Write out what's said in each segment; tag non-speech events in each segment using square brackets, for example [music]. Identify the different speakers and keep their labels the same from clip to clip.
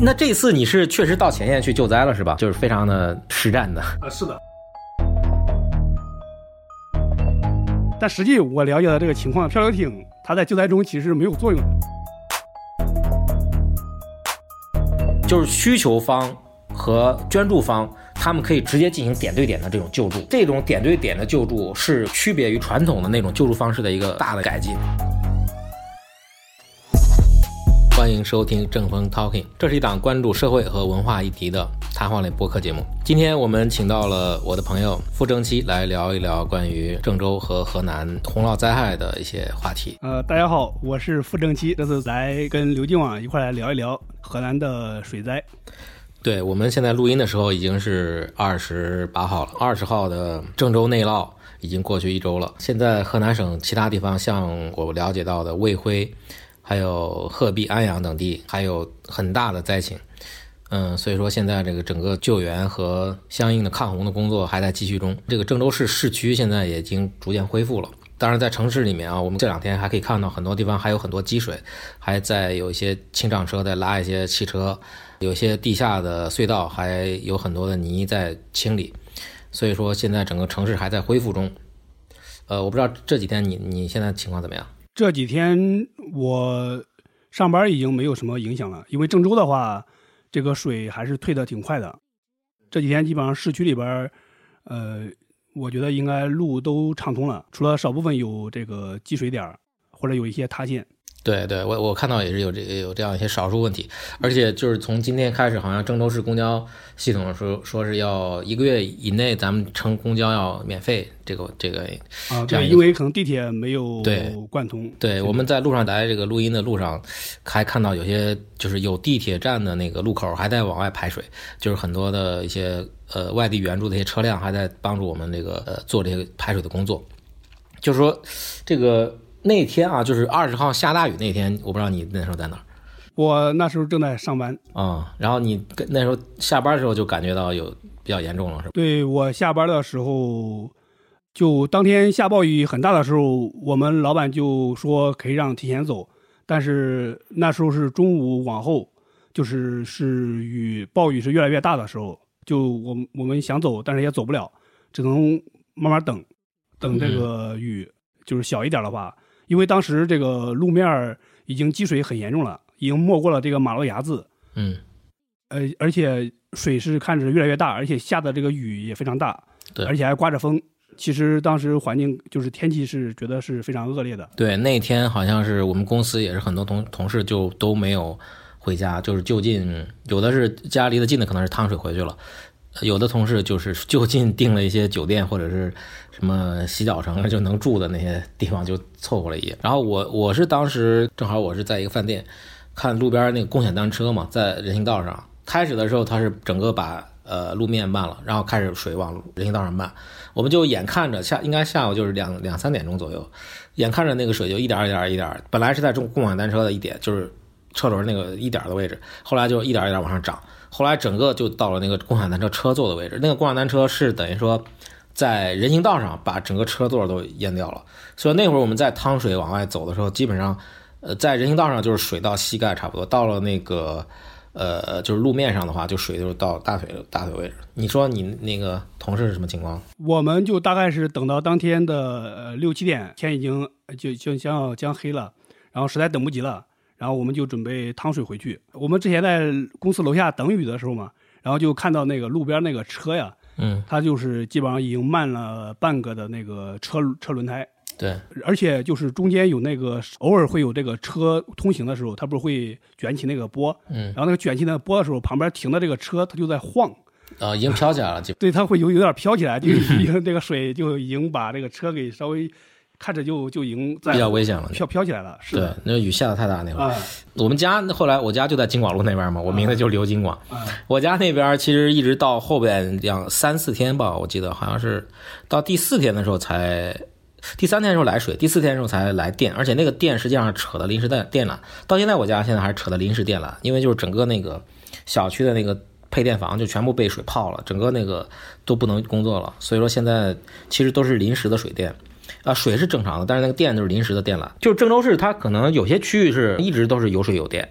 Speaker 1: 那这次你是确实到前线去救灾了是吧？就是非常的实战的。
Speaker 2: 呃
Speaker 3: 啊，是的，
Speaker 2: 但实际我了解的这个情况，漂流艇它在救灾中其实是没有作用的。
Speaker 1: 就是需求方和捐助方，他们可以直接进行点对点的这种救助。这种点对点的救助是区别于传统的那种救助方式的一个大的改进。欢迎收听正风 Talking，这是一档关注社会和文化议题的谈话类播客节目。今天我们请到了我的朋友傅正熙来聊一聊关于郑州和河南洪涝灾害的一些话题。
Speaker 2: 呃，大家好，我是傅正七，这次来跟刘进网一块儿来聊一聊河南的水灾。
Speaker 1: 对我们现在录音的时候已经是二十八号了，二十号的郑州内涝已经过去一周了。现在河南省其他地方，像我了解到的卫辉、还有鹤壁、安阳等地，还有很大的灾情。嗯，所以说现在这个整个救援和相应的抗洪的工作还在继续中。这个郑州市市区现在也已经逐渐恢复了。当然，在城市里面啊，我们这两天还可以看到很多地方还有很多积水，还在有一些清障车在拉一些汽车，有些地下的隧道还有很多的泥在清理。所以说现在整个城市还在恢复中。呃，我不知道这几天你你现在情况怎么样？
Speaker 2: 这几天我上班已经没有什么影响了，因为郑州的话，这个水还是退的挺快的。这几天基本上市区里边儿，呃，我觉得应该路都畅通了，除了少部分有这个积水点儿或者有一些塌陷。
Speaker 1: 对对，我我看到也是有这有这样一些少数问题，而且就是从今天开始，好像郑州市公交系统说说是要一个月以内，咱们乘公交要免费，这个这个
Speaker 2: 啊，
Speaker 1: 这样
Speaker 2: 对，
Speaker 1: 一个
Speaker 2: 因为可能地铁没有
Speaker 1: 对
Speaker 2: 贯通。
Speaker 1: 对，我们在路上来这个录音的路上，还看到有些就是有地铁站的那个路口还在往外排水，就是很多的一些呃外地援助的一些车辆还在帮助我们这个呃做这个排水的工作。就是说，这个那天啊，就是二十号下大雨那天，我不知道你那时候在哪儿
Speaker 2: 我那时候正在上班，
Speaker 1: 啊、然后你跟那时候下班的时候就感觉到有比较严重了，是吧？
Speaker 2: 对我下班的时候，就当天下暴雨很大的时候，我们老板就说可以让提前走，但是那时候是中午往后，就是是雨暴雨是越来越大的时候，就我们我们想走，但是也走不了，只能慢慢等，
Speaker 1: 嗯
Speaker 2: 等这个雨、就是小一点的话，因为当时这个路面儿已经积水很严重了，已经没过了这个马路牙子，
Speaker 1: 嗯，
Speaker 2: 呃，而且水是看着越来越大，而且下的这个雨也非常大，
Speaker 1: 对
Speaker 2: 而且还刮着风。其实当时环境就是天气是觉得是非常恶劣的，
Speaker 1: 对，那天好像是我们公司也是很多同同事就都没有回家，就是就近，有的是家离得近的可能是趟水回去了，有的同事就是就近订了一些酒店或者是什么洗脚城就能住的那些地方就凑合了一夜。然后我我是当时正好我是在一个饭店看路边那个共享单车嘛，在人行道上，开始的时候它是整个把呃路面漫了，然后开始水往人行道上漫，我们就眼看着下应该下午就是两两三点钟左右。眼看着呃那个水就一点儿一点儿一点儿，本来是在中共享单车的一点，就是车轮那个一点儿的位置，后来就一点儿一点儿往上涨，后来整个就到了那个共享单车车座的位置。那个共享单车是等于说在人行道上把整个车座都淹掉了，所以那会儿我们在趟水往外走的时候，基本上呃在人行道上就是水到膝盖差不多，到了那个。呃，就是路面上的话，就水就到大腿大腿位置。你说你那个同事是什么情况？
Speaker 2: 我们就大概是等到当天的呃六七点，天已经呃就就将要将黑了，然后实在等不及了，然后我们就准备趟水回去。我们之前在公司楼下等雨的时候嘛，然后就看到那个路边那个车呀，
Speaker 1: 嗯，
Speaker 2: 它就是基本上已经漫了半个的那个车车轮胎，
Speaker 1: 对，
Speaker 2: 而且就是中间有那个偶尔会有这个车通行的时候，它不是会卷起那个波，
Speaker 1: 嗯
Speaker 2: 然后那个卷起那个波的时候，旁边停的这个车它就在晃，
Speaker 1: 呃，已经飘起来了，基
Speaker 2: 对，它会有有点飘起来，就已经这个水就已经把这个车给稍微看着就就已经
Speaker 1: 本
Speaker 2: 在
Speaker 1: 比较危险了。
Speaker 2: 飘飘起来了，是
Speaker 1: 对
Speaker 2: 的，，
Speaker 1: 那雨下的太大那会儿。
Speaker 2: 啊
Speaker 1: 我们家后来我家就在京广路那边嘛，我名字就是刘京广。
Speaker 2: 啊
Speaker 1: 我家那边其实一直到后边两三四天吧，我记得好像是到第四天的时候才，第三天的时候来水，第四天的时候才来电，而且那个电实际上是扯的临时电电缆，到现在我家现在还是扯的临时电缆，因为就是整个那个小区的那个配电房就全部被水泡了，整个那个都不能工作了，所以说现在其实都是临时的水电。啊，水是正常的，但是那个电就是临时的电缆。就是郑州市，它可能有些区域是一直都是有水有电，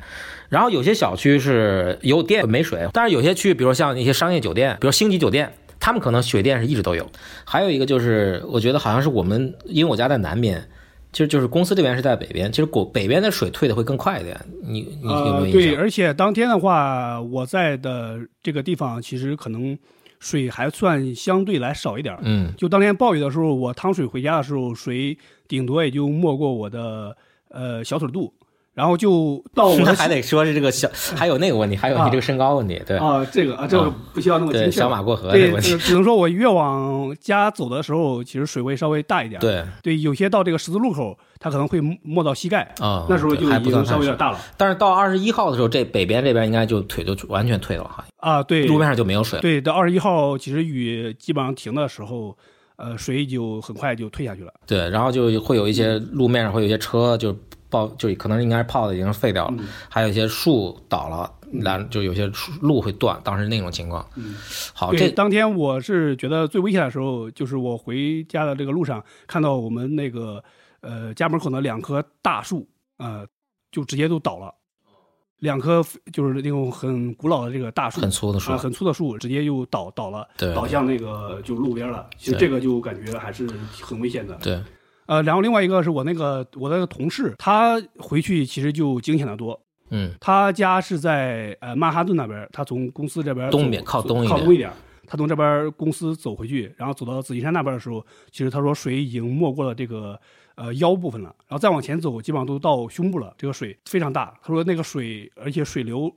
Speaker 1: 然后有些小区是有电没水，但是有些区，比如像一些商业酒店，比如星级酒店，他们可能水电是一直都有。还有一个就是，我觉得好像是我们，因为我家在南边。其实就是公司这边是在北边，其实国北边的水退的会更快一点。你你有没有
Speaker 2: 呃，
Speaker 1: 印象？
Speaker 2: 对，而且当天的话，我在的这个地方其实可能水还算相对来少一点儿。
Speaker 1: 嗯
Speaker 2: 就当天暴雨的时候，我趟水回家的时候，水顶多也就没过我的呃小腿肚，然后就到我的
Speaker 1: 那哦还得说是这个小，还有那个问题，还有你这个身高问题，对、
Speaker 2: 啊，这个啊，这个
Speaker 1: 啊
Speaker 2: 不需要那么精
Speaker 1: 对，
Speaker 2: 确
Speaker 1: 小
Speaker 2: 了。
Speaker 1: 马过河这
Speaker 2: 对
Speaker 1: 个，问
Speaker 2: 只
Speaker 1: 题，
Speaker 2: 只能说我越往家走的时候，其实水位稍微大一点。
Speaker 1: 对啊、
Speaker 2: 对，有些到这个十字路口，它可能会没到膝盖，
Speaker 1: 哦
Speaker 2: 那时候
Speaker 1: 对
Speaker 2: 就
Speaker 1: 还
Speaker 2: 已
Speaker 1: 不
Speaker 2: 经
Speaker 1: 算
Speaker 2: 稍微有
Speaker 1: 太水。
Speaker 2: 点大了
Speaker 1: 但是到二十一号的时候，这北边这边应该就腿就完全退了，好像
Speaker 2: 啊。对，
Speaker 1: 路面上就没有水了。
Speaker 2: 对，到二十一号，其实雨基本上停的时候，呃，水就很快就退下去了。
Speaker 1: 对，然后就会有一些路面上会有一些车就爆，就可能应该是泡的已经废掉了，
Speaker 2: 嗯
Speaker 1: 还有一些树倒了，然就有些树路会断，当时那种情况。好，啊
Speaker 2: 对，
Speaker 1: 这
Speaker 2: 当天我是觉得最危险的时候，就是我回家的这个路上，看到我们那个呃家门口的两棵大树，呃，就直接都倒了，两棵就是那种很古老的这个大树，
Speaker 1: 很粗的树
Speaker 2: 啊，很粗的树，直接就倒倒了，
Speaker 1: 对
Speaker 2: 倒向那个就路边了。其实这个就感觉还是很危险的。
Speaker 1: 对，
Speaker 2: 呃，然后另外一个是我那个我那个同事，他回去其实就惊险的多，
Speaker 1: 嗯，
Speaker 2: 他家是在呃曼哈顿那边儿，他从公司这边儿
Speaker 1: 东
Speaker 2: 走
Speaker 1: 边靠
Speaker 2: 走
Speaker 1: 东一
Speaker 2: 靠
Speaker 1: 点
Speaker 2: 东一点儿，他从这边儿公司走回去，然后走到紫金山那边儿的时候，其实他说水已经没过了这个呃腰部分了，然后再往前走，基本上都到胸部了，这个水非常大。他说那个水，而且水流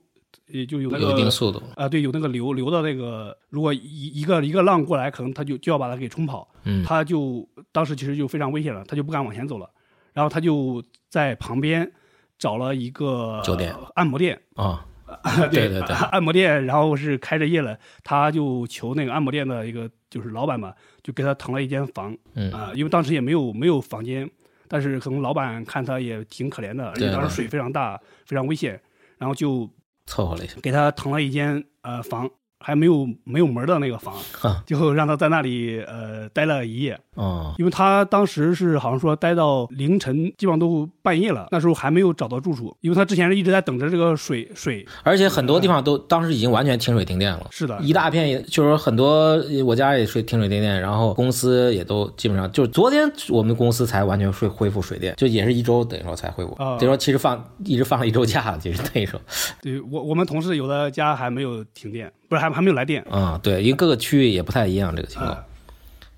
Speaker 2: 呃也就有那个
Speaker 1: 有一定速度。
Speaker 2: 啊、对，有那个流流的那个，如果一一个一个浪过来，可能他就就要把他给冲跑，
Speaker 1: 嗯
Speaker 2: 他就当时其实就非常危险了，他就不敢往前走了，然后他就在旁边找了一个
Speaker 1: 酒店
Speaker 2: 按摩店， [laughs]
Speaker 1: 啊、对对对
Speaker 2: 按摩店，然后是开着业了，他就求那个按摩店的一个就是老板嘛，就给他腾了一间房，
Speaker 1: 嗯
Speaker 2: 啊、因为当时也没有没有房间，但是可能老板看他也挺可怜的，而且
Speaker 1: 对
Speaker 2: 当时
Speaker 1: 对
Speaker 2: 水非常大，非常危险，然后就
Speaker 1: 凑合了一下。
Speaker 2: 给他腾了一间呃房，还没有没有门儿的那个房
Speaker 1: 哈，
Speaker 2: 就让他在那里呃待了一夜，
Speaker 1: 哦，
Speaker 2: 因为他当时是好像说待到凌晨，基本上都半夜了，那时候还没有找到住处，因为他之前是一直在等着这个水水，
Speaker 1: 而且很多地方都当时已经完全停水停电了。
Speaker 2: 是的，
Speaker 1: 一大片也，就是说很多，我家也是停水停电，然后公司也都基本上，就是昨天我们公司才完全恢恢复水电，就也是一周等于说才恢复，
Speaker 2: 啊
Speaker 1: 等于说其实放一直放了一周假， [laughs] 其实等于说，
Speaker 2: 对我我们同事有的家还没有停电，不是还还没有来电，
Speaker 1: 啊、对，因为各个区域也不太一样这个情况。
Speaker 2: 啊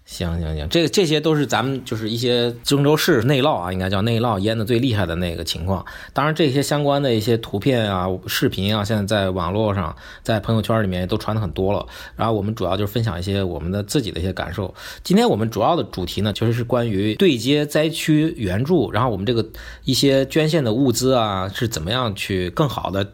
Speaker 1: 行行行，这这些都是咱们就是一些郑州市内涝啊，应该叫内涝淹的最厉害的那个情况。当然，这些相关的一些图片啊、视频啊，现在在网络上、在朋友圈里面也都传的很多了。然后我们主要就是分享一些我们的自己的一些感受。今天我们主要的主题呢，其实是关于对接灾区援助，然后我们这个一些捐献的物资啊，是怎么样去更好的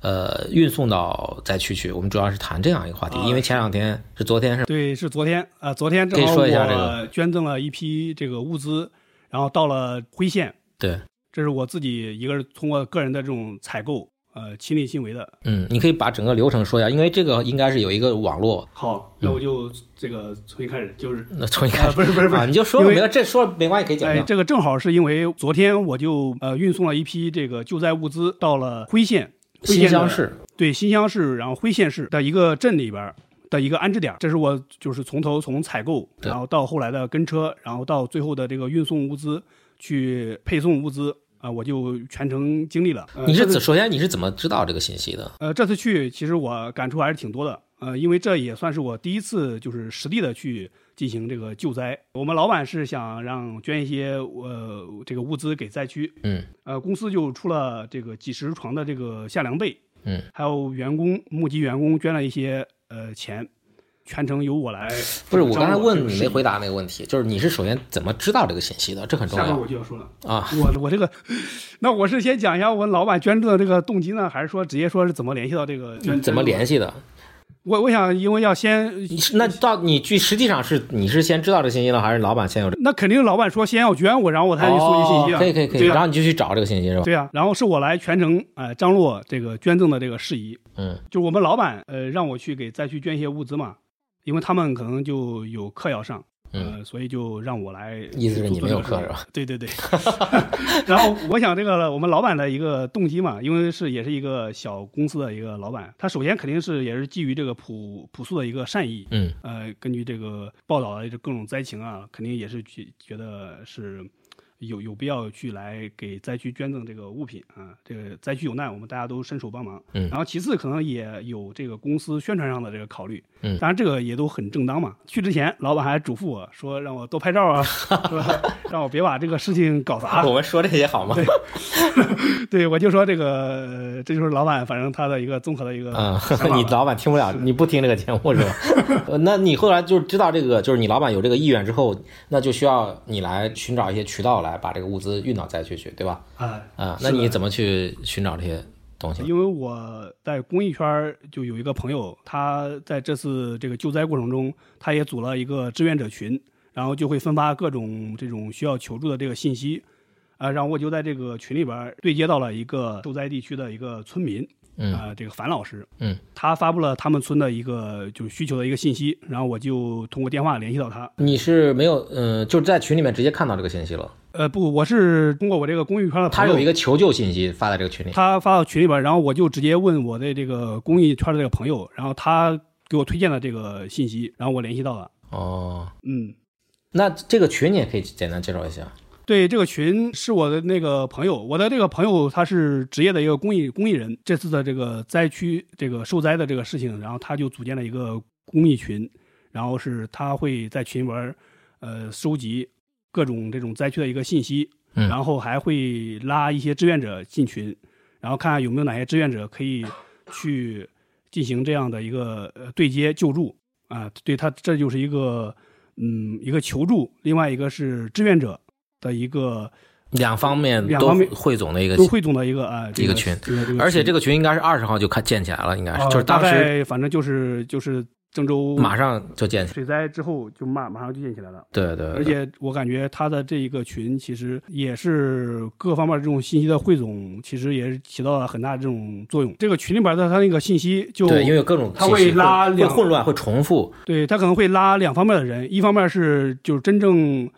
Speaker 1: 呃运送到灾区去。我们主要是谈这样一个话题，
Speaker 2: 啊
Speaker 1: 因为前两天是昨天是
Speaker 2: 对，是昨天啊、呃昨天正
Speaker 1: 可以
Speaker 2: 好
Speaker 1: 说一下这个
Speaker 2: 我捐赠了一批这个物资，然后到了辉县，
Speaker 1: 对，
Speaker 2: 这是我自己一个是通过个人的这种采购，呃亲力亲为的，
Speaker 1: 嗯，你可以把整个流程说一下，因为这个应该是有一个网络。
Speaker 2: 好，那我就这个重新开始，就是
Speaker 1: 那从一开
Speaker 2: 啊
Speaker 1: 始，
Speaker 2: 不是不是不是
Speaker 1: 啊，你就说
Speaker 2: 因
Speaker 1: 吧
Speaker 2: 为
Speaker 1: 没有这说了没关系，可以讲
Speaker 2: 哎，
Speaker 1: 讲。
Speaker 2: 这个正好是因为昨天我就呃运送了一批这个救灾物资到了辉县，辉县
Speaker 1: 新
Speaker 2: 的
Speaker 1: 乡市，
Speaker 2: 对新乡市，然后辉县市的一个镇里边儿的一个安置点儿，这是我就是从头从采购，
Speaker 1: 对
Speaker 2: 然后到后来的跟车，然后到最后的这个运送物资去配送物资啊、我就全程经历了。呃
Speaker 1: 你是
Speaker 2: 这次
Speaker 1: 怎首先你是怎么知道这个信息的？
Speaker 2: 呃，这次去其实我感触还是挺多的，呃，因为这也算是我第一次就是实地的去进行这个救灾。我们老板是想让捐一些呃这个物资给灾区，
Speaker 1: 嗯，
Speaker 2: 呃，公司就出了这个几十床的这个夏凉被，
Speaker 1: 嗯，
Speaker 2: 还有员工募集员工捐了一些呃钱，全程由我来。
Speaker 1: 不是我刚才
Speaker 2: 这
Speaker 1: 问
Speaker 2: 个
Speaker 1: 你
Speaker 2: 事
Speaker 1: 没
Speaker 2: 情
Speaker 1: 回答那个问题，就是你是首先怎么知道这个信息的？这很重
Speaker 2: 下面
Speaker 1: 要
Speaker 2: 我就要说了，
Speaker 1: 啊。
Speaker 2: 我我这个， [laughs] 那我是先讲一下我老板捐助的这个动机呢，还是说直接说是怎么联系到这个捐？
Speaker 1: 嗯怎么
Speaker 2: 捐助的？
Speaker 1: 联系的？
Speaker 2: 我我想，因为要先
Speaker 1: 你是那到你去实际上是你是先知道这信息了，还是老板先有这？
Speaker 2: 那肯定老板说先要捐我，然后我才去搜集信息啊。
Speaker 1: 哦可以可以可以，
Speaker 2: 对
Speaker 1: 然
Speaker 2: 啊，
Speaker 1: 后你就去找这个信息是吧？
Speaker 2: 对啊，然后是我来全程呃张罗这个捐赠的这个事宜，
Speaker 1: 嗯
Speaker 2: 就是我们老板呃让我去给灾区捐一些物资嘛，因为他们可能就有课要上，呃，所以就让我来。
Speaker 1: 嗯意思是你没有课是吧？
Speaker 2: 对对对。 [laughs] 然后我想这个我们老板的一个动机嘛，因为是也是一个小公司的一个老板，他首先肯定是也是基于这个朴朴素的一个善意，
Speaker 1: 嗯，
Speaker 2: 呃，根据这个报道的这各种灾情啊，肯定也是觉觉得是有有必要去来给灾区捐赠这个物品啊，这个灾区有难，我们大家都伸手帮忙。
Speaker 1: 嗯
Speaker 2: 然后其次可能也有这个公司宣传上的这个考虑，
Speaker 1: 嗯
Speaker 2: 当然这个也都很正当嘛。去之前，老板还嘱咐我说让我多拍照啊，说 [laughs] 让我别把这个事情搞砸。
Speaker 1: 我们说这些好吗？
Speaker 2: 对，我就说这个，呃这就是老板，反正他的一个综合的一个
Speaker 1: 嗯
Speaker 2: 想法，吧
Speaker 1: 你老板听不了，你不听这个节目是
Speaker 2: [laughs]
Speaker 1: 吧？呃那你后来就知道这个，就是你老板有这个意愿之后，那就需要你来寻找一些渠道来把这个物资运到灾区去，对吧？
Speaker 2: 啊，
Speaker 1: 啊、
Speaker 2: 是
Speaker 1: 那
Speaker 2: 的
Speaker 1: 你怎么去寻找这些东西？
Speaker 2: 因为我在公益圈儿就有一个朋友，他在这次这个救灾过程中，他也组了一个志愿者群，然后就会分发各种这种需要求助的这个信息，啊、然后我就在这个群里边儿对接到了一个受灾地区的一个村民，
Speaker 1: 嗯
Speaker 2: 啊、这个樊老师，
Speaker 1: 嗯，
Speaker 2: 他发布了他们村的一个就是需求的一个信息，然后我就通过电话联系到他，
Speaker 1: 你是没有，嗯、就在群里面直接看到这个信息了。
Speaker 2: 呃，不，我是通过我这个公益圈儿的
Speaker 1: 他
Speaker 2: 朋友
Speaker 1: 有一个求救信息发在这个群里，
Speaker 2: 他发到群里边儿，然后我就直接问我的这个公益圈的这个朋友，然后他给我推荐了这个信息，然后我联系到了。
Speaker 1: 哦，
Speaker 2: 嗯，
Speaker 1: 那这个群你也可以简单介绍一下。
Speaker 2: 对，这个群是我的那个朋友，我的这个朋友他是职业的一个公益公益人，这次的这个灾区这个受灾的这个事情，然后他就组建了一个公益群，然后是他会在群里边儿，呃，收集各种这种灾区的一个信息，
Speaker 1: 嗯
Speaker 2: 然后还会拉一些志愿者进群，然后看看有没有哪些志愿者可以去进行这样的一个呃对接救助啊，对他这就是一个嗯一个求助，另外一个是志愿者的一个
Speaker 1: 两方面
Speaker 2: 两
Speaker 1: 都
Speaker 2: 方面
Speaker 1: 汇总的一个
Speaker 2: 都，汇总的一个啊这
Speaker 1: 一个
Speaker 2: 个
Speaker 1: 群
Speaker 2: 这个这个
Speaker 1: 而且
Speaker 2: 群
Speaker 1: 这个群应该是二十号就看建起来了，应该是，
Speaker 2: 呃
Speaker 1: 就是
Speaker 2: 大
Speaker 1: 当时
Speaker 2: 概反正就是就是郑州
Speaker 1: 马上就建起来。
Speaker 2: 水灾之后就马马上就建起来了。
Speaker 1: 对对对，
Speaker 2: 而且我感觉他的这一个群其实也是各方面这种信息的汇总，其实也是起到了很大的这种作用。这个群里边的他那个信息就
Speaker 1: 对，因为有各种
Speaker 2: 它
Speaker 1: 信息
Speaker 2: 会拉
Speaker 1: 会
Speaker 2: 两
Speaker 1: 混乱，会重复。
Speaker 2: 对他可能会拉两方面的人，一方面是就是真正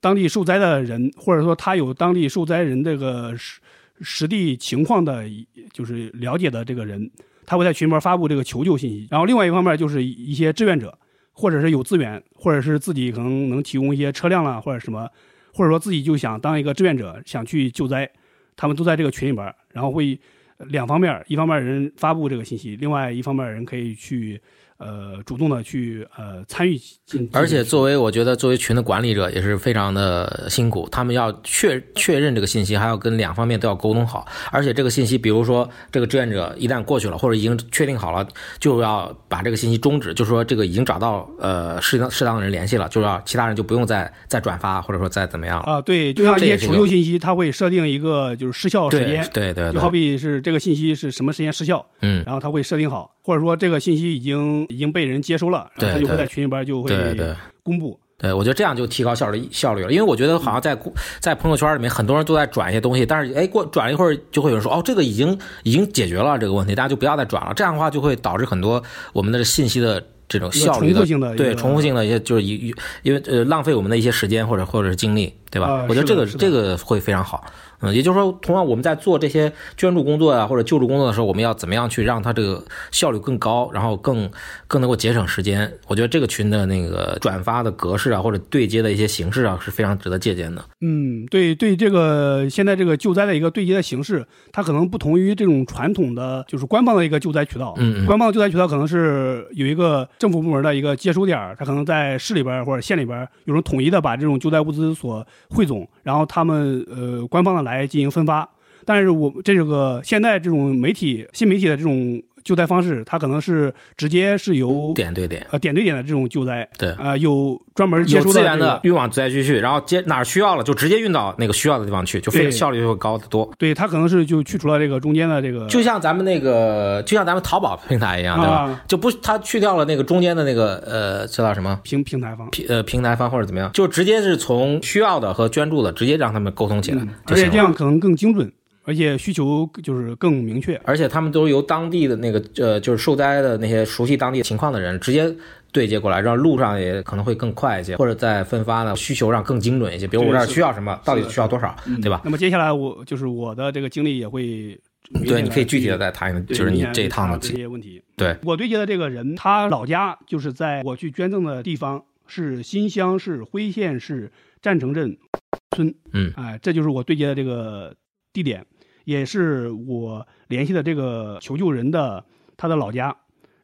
Speaker 2: 当地受灾的人，或者说他有当地受灾人这个实实地情况的，就是了解的这个人，他会在群里面发布这个求救信息。然后另外一方面就是一些志愿者，或者是有资源，或者是自己可能能提供一些车辆啊啦，或者什么，或者说自己就想当一个志愿者，想去救灾，他们都在这个群里边儿，然后会呃两方面儿，一方面儿人发布这个信息，另外一方面儿人可以去呃主动的去呃参与进，
Speaker 1: 而且作为我觉得作为群的管理者也是非常的辛苦，他们要确确认这个信息，还要跟两方面都要沟通好。而且这个信息，比如说这个志愿者一旦过去了，或者已经确定好了，就要把这个信息终止，就说这个已经找到呃适当适当的人联系了，就要其他人就不用再再转发或者说再怎么样了。
Speaker 2: 啊，对，就像一
Speaker 1: 这也
Speaker 2: 些
Speaker 1: 是
Speaker 2: 求
Speaker 1: 个
Speaker 2: 救信息，它会设定一个就是失哦效时
Speaker 1: 对
Speaker 2: 间，
Speaker 1: 对对
Speaker 2: 就好
Speaker 1: 对，
Speaker 2: 比是这个信息是什么时间失效，
Speaker 1: 嗯，
Speaker 2: 然后它会设定好，或者说这个信息已经已经被人接收了，然后它
Speaker 1: 对
Speaker 2: 就
Speaker 1: 对
Speaker 2: 会在群里边就
Speaker 1: 对
Speaker 2: 会
Speaker 1: 对。
Speaker 2: 公布。
Speaker 1: 对，我觉得这样就提高效率效率了，因为我觉得好像在公在朋友圈里面，很多人都在转一些东西，但是哎，过转一会儿就会有人说，哦，这个已经已经解决了这个问题，大家就不要再转了。这样的话就会导致很多我们的信息的这种效率
Speaker 2: 一个重复性的一个
Speaker 1: 对重复性的一些就是一一因为呃浪费我们的一些时间或者或者是精力，对吧？
Speaker 2: 啊
Speaker 1: 我觉得这个
Speaker 2: 是的
Speaker 1: 这个会非常好。嗯，也就是说，同样我们在做这些捐助工作啊或者救助工作的时候，我们要怎么样去让它这个效率更高，然后更更能够节省时间。我觉得这个群的那个转发的格式啊，或者对接的一些形式啊，是非常值得借鉴的。
Speaker 2: 嗯，对对，这个现在这个救灾的一个对接的形式，它可能不同于这种传统的就是官方的一个救灾渠道。
Speaker 1: 嗯嗯
Speaker 2: 官方的救灾渠道可能是有一个政府部门的一个接收点儿，它可能在市里边儿或者县里边儿有人统一的把这种救灾物资所汇总，然后他们呃官方的来进行分发。但是我这个现在这种媒体新媒体的这种救灾方式，它可能是直接是由
Speaker 1: 点对点，
Speaker 2: 呃点对点的这种救灾，
Speaker 1: 对
Speaker 2: 啊、有专门接
Speaker 1: 有
Speaker 2: 收
Speaker 1: 资
Speaker 2: 到
Speaker 1: 源
Speaker 2: 这个
Speaker 1: 的运往灾区去，然后接哪儿需要了就直接运到那个需要的地方去，就非
Speaker 2: 对
Speaker 1: 效率就会高得多。
Speaker 2: 对，它可能是就去除了这个中间的这个
Speaker 1: 就像咱们那个，就像咱们淘宝平台一样，对吧？
Speaker 2: 啊
Speaker 1: 就不，它去掉了那个中间的那个呃，这叫什么？
Speaker 2: 平平台方。
Speaker 1: 平呃平台方或者怎么样，就直接是从需要的和捐助的直接让他们沟通起来
Speaker 2: 嗯，
Speaker 1: 就
Speaker 2: 而
Speaker 1: 行
Speaker 2: 且
Speaker 1: 了
Speaker 2: 这样可能更精准，而且需求就是更明确。
Speaker 1: 而且他们都是由当地的那个呃，就是受灾的那些熟悉当地情况的人直接对接过来，让路上也可能会更快一些，或者在分发呢需求上更精准一些。比如我这儿
Speaker 2: 对
Speaker 1: 需要什么，到底
Speaker 2: 是的嗯
Speaker 1: 需要多少，对吧？
Speaker 2: 那么接下来我就是我的这个经历也会明显
Speaker 1: 对，
Speaker 2: 地
Speaker 1: 你可以具体的
Speaker 2: 去
Speaker 1: 再谈一谈，
Speaker 2: 对
Speaker 1: 就是你
Speaker 2: 明显地
Speaker 1: 这一
Speaker 2: 去
Speaker 1: 趟
Speaker 2: 查
Speaker 1: 的
Speaker 2: 这
Speaker 1: 经，
Speaker 2: 些问题。
Speaker 1: 对，
Speaker 2: 我对接的这个人，他老家就是在我去捐赠的地方是新乡市辉县市占城镇村，
Speaker 1: 嗯
Speaker 2: 哎，这就是我对接的这个地点，也是我联系的这个求救人的他的老家。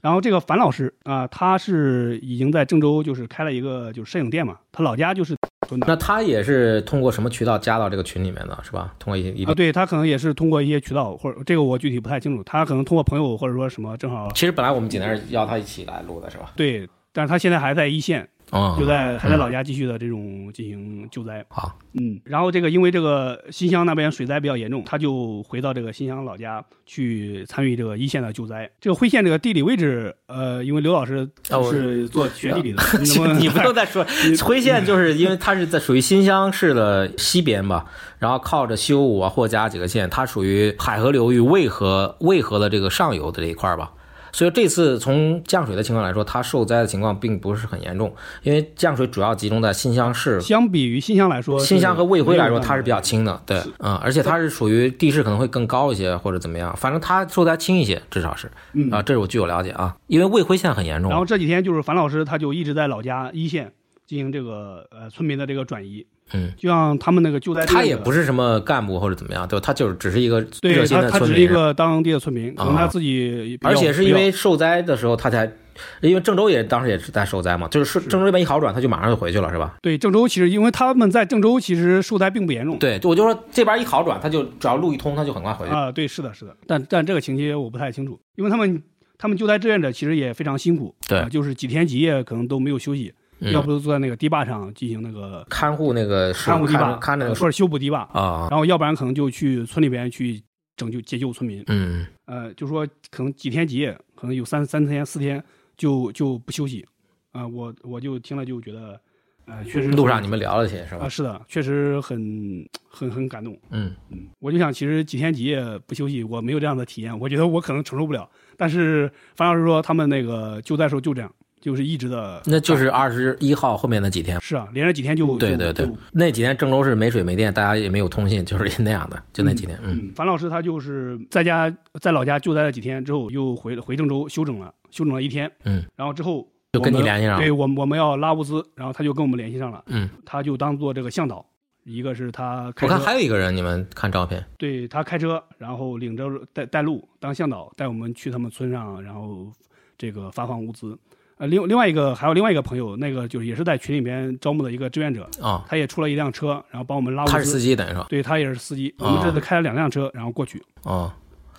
Speaker 2: 然后这个樊老师啊、他是已经在郑州就是开了一个就是摄影店嘛，他老家就是村的。
Speaker 1: 那他也是通过什么渠道加到这个群里面的，是吧？通过一些一
Speaker 2: 啊，
Speaker 1: 定，
Speaker 2: 对他可能也是通过一些渠道，或者这个我具体不太清楚，他可能通过朋友或者说什么正好
Speaker 1: 其实本来我们今天是要他一起来录的，是吧？
Speaker 2: 对，但是他现在还在一线，
Speaker 1: 嗯，
Speaker 2: 就在还在老家继续的这种进行救灾。
Speaker 1: 好，
Speaker 2: 嗯，然后这个因为这个新乡那边水灾比较严重，他就回到这个新乡老家去参与这个一线的救灾。这个辉县这个地理位置，呃，因为刘老师
Speaker 1: 啊我
Speaker 2: 是做学地理
Speaker 1: [laughs]
Speaker 2: 的，你能
Speaker 1: 你
Speaker 2: 能
Speaker 1: 不用再说，辉县就是因为它是在属于新乡市的西边吧，然后靠着修武啊、霍家几个县，它属于海河流域渭河渭河的这个上游的这一块儿吧。所以这次从降水的情况来说，它受灾的情况并不是很严重，因为降水主要集中在新乡市。
Speaker 2: [laughs] 相比于新乡来说，
Speaker 1: 新乡和卫辉来说，它是比
Speaker 2: 较
Speaker 1: 较轻的，对，嗯，而且它是属于地势可能会更高一些，或者怎么样，反正它受灾轻一些，至少是，
Speaker 2: 嗯
Speaker 1: 啊，这是我据我了解啊，因为卫辉现在很严重，
Speaker 2: 然后这几天就是樊老师他就一直在老家一线进行这个呃村民的这个转移，
Speaker 1: 嗯，
Speaker 2: 就像他们那个救灾队
Speaker 1: 他也
Speaker 2: 的
Speaker 1: 不是什么干部或者怎么样，对吧？他就是只是一个热
Speaker 2: 对
Speaker 1: 心
Speaker 2: 他，
Speaker 1: 的
Speaker 2: 他
Speaker 1: 村
Speaker 2: 只是一
Speaker 1: 民，
Speaker 2: 个当地的村民，可能
Speaker 1: 啊
Speaker 2: 他自己比较，
Speaker 1: 而且是
Speaker 2: 比
Speaker 1: 因
Speaker 2: 较
Speaker 1: 为受灾的时候他才，因为郑州也当时也是在受灾嘛，就是说郑州这边一好转，他就马上就回去了，是吧？
Speaker 2: 对郑州，其实因为他们在郑州其实受灾并不严重。
Speaker 1: 对，就我就说这边一好转，他就只要路一通，他就很快回去。
Speaker 2: 啊、对，是的，是的，但但这个情节我不太清楚，因为他们他们救灾志愿者其实也非常辛苦，
Speaker 1: 对
Speaker 2: 啊就是几天几夜可能都没有休息，
Speaker 1: 嗯
Speaker 2: 要不就坐在那个堤坝上进行那个
Speaker 1: 看护那个是
Speaker 2: 看护堤
Speaker 1: 看
Speaker 2: 坝，呃
Speaker 1: 着看着那个
Speaker 2: 或者修补堤坝，
Speaker 1: 啊，
Speaker 2: 然后要不然可能就去村里边去拯救解救村民，
Speaker 1: 嗯，
Speaker 2: 呃，就说可能几天几夜，可能有三三天四天就就不休息，啊、我我就听了就觉得，呃，确实
Speaker 1: 路上你们聊了些是
Speaker 2: 啊、
Speaker 1: 吧？
Speaker 2: 是的，确实很很很感动。
Speaker 1: 嗯，
Speaker 2: 我就想，其实几天几夜不休息，我没有这样的体验，我觉得我可能承受不了。但是樊老师说，他们那个救灾时候就这样，就是一直的，
Speaker 1: 那就是二十一号后面那几天。
Speaker 2: 是啊，连着几天就
Speaker 1: 对
Speaker 2: 就
Speaker 1: 对对
Speaker 2: 就，
Speaker 1: 那几天郑州是没水没电，大家也没有通信，就是那样的，就那几天。嗯，
Speaker 2: 嗯，樊老师他就是在家在老家救灾了几天之后，又回回郑州休整了，休整了一天，
Speaker 1: 嗯，
Speaker 2: 然后之后
Speaker 1: 就跟
Speaker 2: 我们
Speaker 1: 你联系上了
Speaker 2: 对我们我们要拉物资，然后他就跟我们联系上了，
Speaker 1: 嗯，
Speaker 2: 他就当做这个向导，一个是他开
Speaker 1: 我
Speaker 2: 车，
Speaker 1: 看还有一个人，你们看照片，
Speaker 2: 对他开车，然后领着带带路当向导，带我们去他们村上，然后这个发放物资。呃，另另外一个还有另外一个朋友，那个就是也是在群里面招募的一个志愿者，
Speaker 1: 啊，
Speaker 2: 他也出了一辆车，然后帮我们拉物
Speaker 1: 他是司
Speaker 2: 资。
Speaker 1: 机等啊于说。
Speaker 2: 对他也是司机，我们这次开了两辆车，然后过去
Speaker 1: 哦，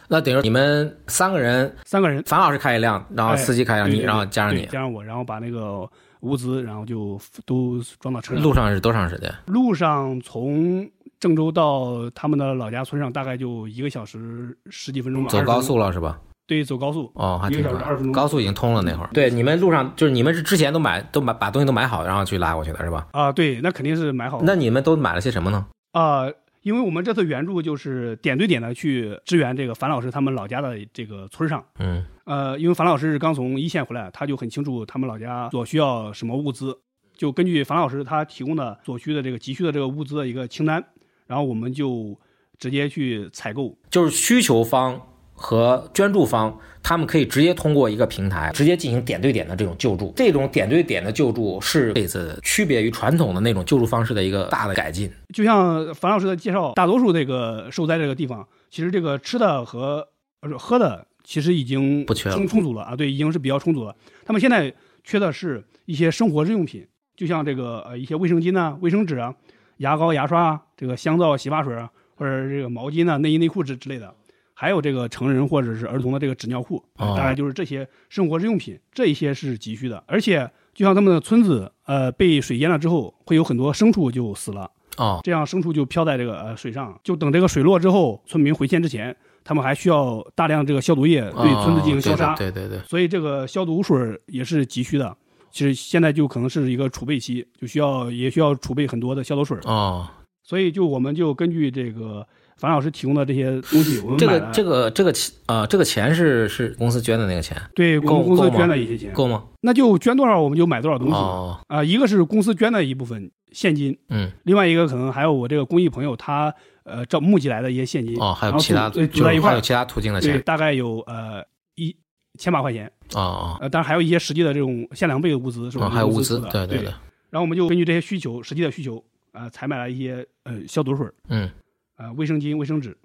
Speaker 1: 那等于你们三个人，
Speaker 2: 三个人，
Speaker 1: 樊老师开一辆，然后
Speaker 2: 哎
Speaker 1: 司机开一辆，
Speaker 2: 对
Speaker 1: 你
Speaker 2: 对
Speaker 1: 然后加上
Speaker 2: 对
Speaker 1: 你，
Speaker 2: 加上我，然后把那个物资，然后就都装到车上。
Speaker 1: 路上是多长时间？
Speaker 2: 路上从郑州到他们的老家村上大概就一个小时十几分钟吧，
Speaker 1: 走
Speaker 2: 20
Speaker 1: 高
Speaker 2: 分钟，
Speaker 1: 速了是吧？
Speaker 2: 对，走高速，
Speaker 1: 哦，还挺
Speaker 2: 一个小时
Speaker 1: 快
Speaker 2: 20分钟
Speaker 1: 高速已经通了那会儿。对，你们路上就是你们是之前都买都买把东西都买好，然后去拉过去的是吧？
Speaker 2: 啊，对，那肯定是买好了。
Speaker 1: 那你们都买了些什么呢？
Speaker 2: 啊、因为我们这次援助就是点对点的去支援这个樊老师他们老家的这个村上。
Speaker 1: 嗯，
Speaker 2: 呃，因为樊老师是刚从一线回来，他就很清楚他们老家所需要什么物资，就根据樊老师他提供的所需的这个急需的这个物资的一个清单，然后我们就直接去采购。
Speaker 1: 就是需求方和捐助方，他们可以直接通过一个平台，直接进行点对点的这种救助。这种点对点的救助是这次区别于传统的那种救助方式的一个大的改进。
Speaker 2: 就像樊老师的介绍，大多数这个受灾这个地方，其实这个吃的和呃喝的其实已经
Speaker 1: 不缺了
Speaker 2: 充充足了啊，对，已经是比较充足了。他们现在缺的是一些生活日用品，就像这个呃一些卫生巾呐、卫生纸啊、牙膏、牙刷啊、这个香皂、洗发水啊，或者这个毛巾呐、内衣内裤之之类的，还有这个成人或者是儿童的这个纸尿裤，
Speaker 1: 哦
Speaker 2: 大概就是这些生活日用品，这一些是急需的。而且就像他们的村子呃被水淹了之后，会有很多牲畜就死了。
Speaker 1: 哦，
Speaker 2: 这样牲畜就漂在这个呃水上，就等这个水落之后，村民回县之前，他们还需要大量这个消毒液对村子进行消杀，
Speaker 1: 哦对对对对对。
Speaker 2: 所以这个消毒水也是急需的。其实现在就可能是一个储备期，就需要也需要储备很多的消毒水，
Speaker 1: 哦，
Speaker 2: 所以就我们就根据这个樊老师提供的这些
Speaker 1: [laughs]
Speaker 2: 东西，我们
Speaker 1: 这
Speaker 2: 买
Speaker 1: 个
Speaker 2: 了。
Speaker 1: 这个这个钱啊、这个钱是是公司捐的那个钱，
Speaker 2: 对我们
Speaker 1: 够
Speaker 2: 公司
Speaker 1: 够吗
Speaker 2: 捐了一些钱，
Speaker 1: 够吗？
Speaker 2: 那就捐多少我们就买多少东西啊、
Speaker 1: 哦，
Speaker 2: 一个是公司捐的一部分现金，
Speaker 1: 嗯，
Speaker 2: 另外一个可能还有我这个公益朋友他呃找募集来的一些现金，
Speaker 1: 哦，还有
Speaker 2: 然后
Speaker 1: 其他
Speaker 2: 组对
Speaker 1: 就
Speaker 2: 组在一
Speaker 1: 是
Speaker 2: 块
Speaker 1: 还
Speaker 2: 儿
Speaker 1: 有其他途径的
Speaker 2: 对，
Speaker 1: 钱，
Speaker 2: 大概有呃一千把块钱，
Speaker 1: 哦哦
Speaker 2: 呃，当然还有一些实际的这种限量备的物资是
Speaker 1: 哦，
Speaker 2: 吧？
Speaker 1: 还有物
Speaker 2: 资
Speaker 1: 资
Speaker 2: 出，的
Speaker 1: 对
Speaker 2: 对
Speaker 1: 对，
Speaker 2: 然后我们就根据这些需求，实际的需求，呃，采买了一些呃消毒水、
Speaker 1: 嗯
Speaker 2: 呃卫生巾、卫生纸、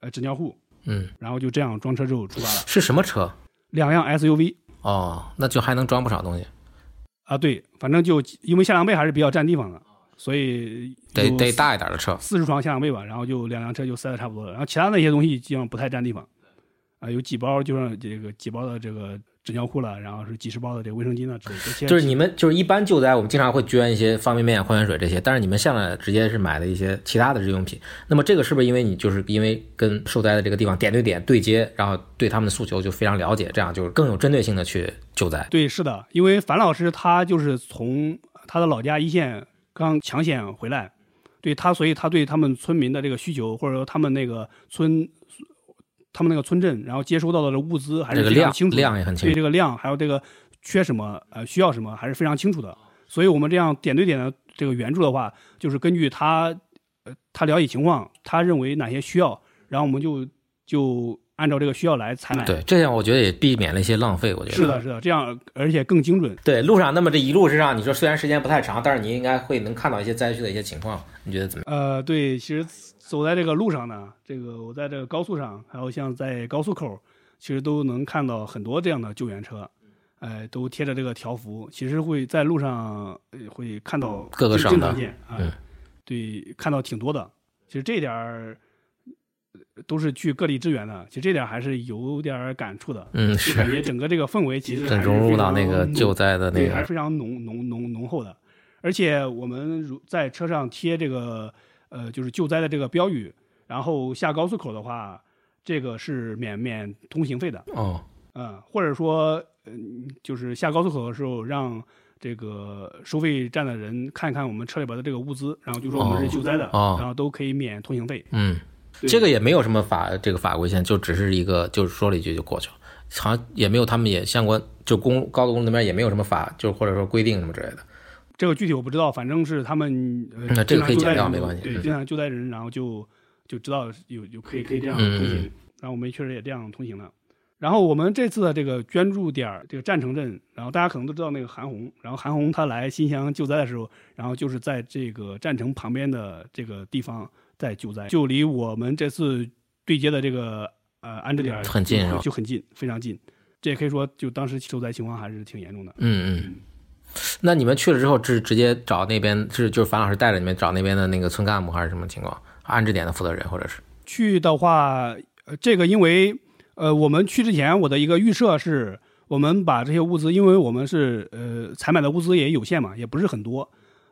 Speaker 2: 呃纸尿裤，
Speaker 1: 嗯，
Speaker 2: 然后就这样装车之后出发了，
Speaker 1: 是什么车？
Speaker 2: 两辆 SUV
Speaker 1: 哦，那就还能装不少东西，
Speaker 2: 啊，对，反正就因为限量被还是比较占地方的，所以
Speaker 1: 得
Speaker 2: 有
Speaker 1: 得大一点的车，
Speaker 2: 四十床限量被吧，然后就两辆车就塞的差不多了，然后其他那些东西基本上不太占地方，啊、有几包就是这个几包的这个纸尿裤了，然后是几十包的这个卫生巾呢之类的，这些
Speaker 1: 就是你们就是一般救灾，我们经常会捐一些方便面、矿泉水这些，但是你们向来直接是买的一些其他的日用品。那么这个是不是因为你就是因为跟受灾的这个地方点对点对接，然后对他们的诉求就非常了解，这样就是更有针对性的去救灾？
Speaker 2: 对，是的，因为樊老师他就是从他的老家一线刚抢险回来，对他，所以他对他们村民的这个需求，或者说他们那个村，他们那个村镇，然后接收到的这物资还
Speaker 1: 这
Speaker 2: 是
Speaker 1: 个
Speaker 2: 非常
Speaker 1: 量
Speaker 2: 清楚的，
Speaker 1: 量也很清
Speaker 2: 对
Speaker 1: 楚。
Speaker 2: 这个量还有这个缺什么，呃，需要什么还是非常清楚的。所以我们这样点对点的这个援助的话，就是根据他，呃，他了解情况，他认为哪些需要，然后我们就就按照这个需要来采买。
Speaker 1: 对，这样我觉得也避免了一些浪费。我觉得
Speaker 2: 是的，是的，这样而且更精准。
Speaker 1: 对，路上那么这一路之上，你说虽然时间不太长，但是你应该会能看到一些灾区的一些情况，你觉得怎么样？
Speaker 2: 呃，对，其实走在这个路上呢，这个我在这个高速上，还有像在高速口，其实都能看到很多这样的救援车，哎、都贴着这个条幅，其实会在路上呃会看到
Speaker 1: 各个
Speaker 2: 经
Speaker 1: 上
Speaker 2: 经
Speaker 1: 的
Speaker 2: 常见啊、
Speaker 1: 嗯
Speaker 2: 对，看到挺多的。其实这点儿呃都是去各地支援的，其实这点儿还是有点儿感触的，
Speaker 1: 嗯，
Speaker 2: 就是感觉整个这个氛围其实
Speaker 1: 很
Speaker 2: 还是
Speaker 1: 融入
Speaker 2: 非
Speaker 1: 到
Speaker 2: 常
Speaker 1: 那个
Speaker 2: 浓
Speaker 1: 救灾的那
Speaker 2: 对，还是
Speaker 1: 个。
Speaker 2: 非常浓浓浓浓厚的。而且我们如在车上贴这个呃，就是救灾的这个标语，然后下高速口的话，这个是免免通行费的，
Speaker 1: 哦，
Speaker 2: 嗯，或者说嗯，就是下高速口的时候让。这个收费站的人看一看我们车里边的这个物资，然后就说我们是救灾的，
Speaker 1: 哦哦
Speaker 2: 然后都可以免通行费。
Speaker 1: 嗯，
Speaker 2: 对
Speaker 1: 这个也没有什么法这个法规限，就只是一个就是说了一句就过去了，好像也没有他们也相关就公路高速公路那边也没有什么法，就或者说规定什么之类的。
Speaker 2: 这个具体我不知道，反正是他们呃，
Speaker 1: 那这个可以
Speaker 2: 经
Speaker 1: 剪
Speaker 2: 常救灾
Speaker 1: 掉
Speaker 2: 人
Speaker 1: 没关系
Speaker 2: 对，
Speaker 1: 嗯
Speaker 2: 经常救灾人，然后就就知道有有可以可以这样
Speaker 1: 嗯
Speaker 2: 通行，然后我们确实也这样通行了。然后我们这次的这个捐助点儿，这个占城镇，然后大家可能都知道那个韩红，然后韩红她来新乡救灾的时候，然后就是在这个占城旁边的这个地方在救灾，就离我们这次对接的这个呃安置点儿
Speaker 1: 很近
Speaker 2: 就是
Speaker 1: 吧
Speaker 2: 就很近，非常近。这也可以说，就当时救灾情况还是挺严重的。
Speaker 1: 嗯嗯。那你们去了之后，是直接找那边是就是樊老师带着你们找那边的那个村干部还是什么情况？安置点的负责人或者是
Speaker 2: 去的话，呃，这个因为呃，我们去之前我的一个预设是，我们把这些物资，因为我们是呃采买的物资也有限嘛，也不是很多，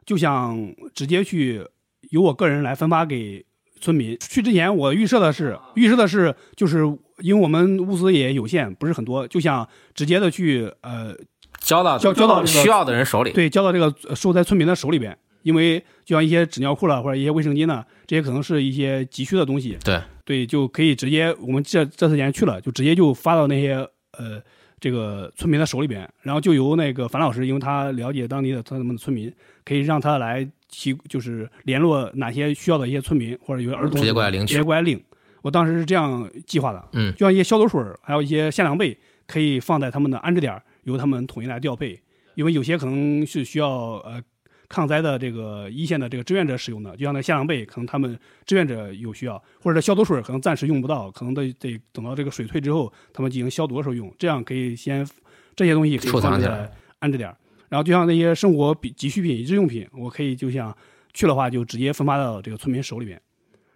Speaker 2: 就想直接去由我个人来分发给村民。去之前我预设的是，预设的是就是因为我们物资也有限，不是很多，就想直接的去呃
Speaker 1: 交到
Speaker 2: 交交到这个
Speaker 1: 需要的人手里。
Speaker 2: 对，交到这个呃受灾村民的手里边。因为就像一些纸尿裤了，或者一些卫生巾呢，这些可能是一些急需的东西。
Speaker 1: 对
Speaker 2: 对，就可以直接我们这这次年去了，就直接就发到那些呃这个村民的手里边，然后就由那个樊老师，因为他了解当地的他们的村民，可以让他来提，就是联络哪些需要的一些村民或者有些儿童
Speaker 1: 直接过来领取
Speaker 2: 直接过来领。我当时是这样计划的，
Speaker 1: 嗯
Speaker 2: 就像一些消毒水儿，还有一些限量被，可以放在他们的安置点儿，由他们统一来调配，因为有些可能是需要呃抗灾的这个一线的这个志愿者使用的，就像那个限量被，可能他们志愿者有需要，或者消毒水可能暂时用不到，可能得得等到这个水退之后，他们进行消毒的时候用，这样可以先这些东西可以
Speaker 1: 收藏
Speaker 2: 放
Speaker 1: 起
Speaker 2: 来
Speaker 1: 来
Speaker 2: 安置点儿。然后就像那些生活必急需品、日用品，我可以就像去的话就直接分发到这个村民手里面。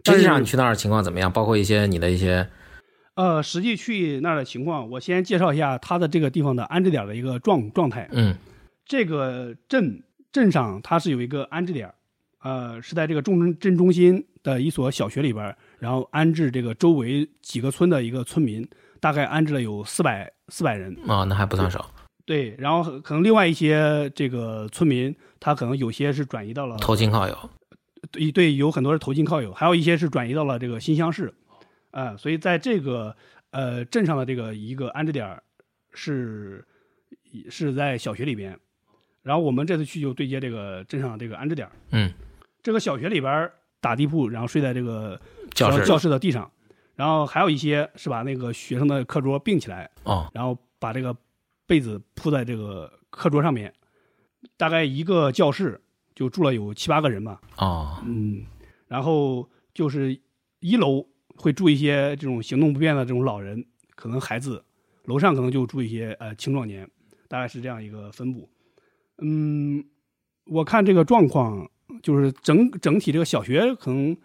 Speaker 2: 但
Speaker 1: 实
Speaker 2: 是
Speaker 1: 际上你去那儿情况怎么样？包括一些你的一些
Speaker 2: 呃，实际去那儿的情况，我先介绍一下它的这个地方的安置点的一个状状态。
Speaker 1: 嗯
Speaker 2: 这个镇镇上它是有一个安置点儿，呃，是在这个重镇中心的一所小学里边儿，然后安置这个周围几个村的一个村民，大概安置了有四百四百人。
Speaker 1: 啊、那还不算少，
Speaker 2: 对，然后可能另外一些这个村民，他可能有些是转移到了
Speaker 1: 投亲靠友。
Speaker 2: 对对，有很多是投进靠友，还有一些是转移到了这个新乡市，
Speaker 1: 哦
Speaker 2: 啊、所以在这个呃镇上的这个一个安置点儿是是在小学里边，然后我们这次去就对接这个镇上的这个安置点儿，
Speaker 1: 嗯，
Speaker 2: 这个小学里边儿打地铺，然后睡在这个
Speaker 1: 教室
Speaker 2: 教室的地上，然后还有一些是把那个学生的课桌并起来，
Speaker 1: 哦，
Speaker 2: 然后把这个被子铺在这个课桌上面，大概一个教室就住了有七八个人吧。
Speaker 1: 哦，
Speaker 2: 嗯，然后就是一楼会住一些这种行动不便的这种老人，可能孩子；楼上可能就住一些呃青壮年，大概是这样一个分布。嗯，我看这个状况，就是整整体这个小学可能、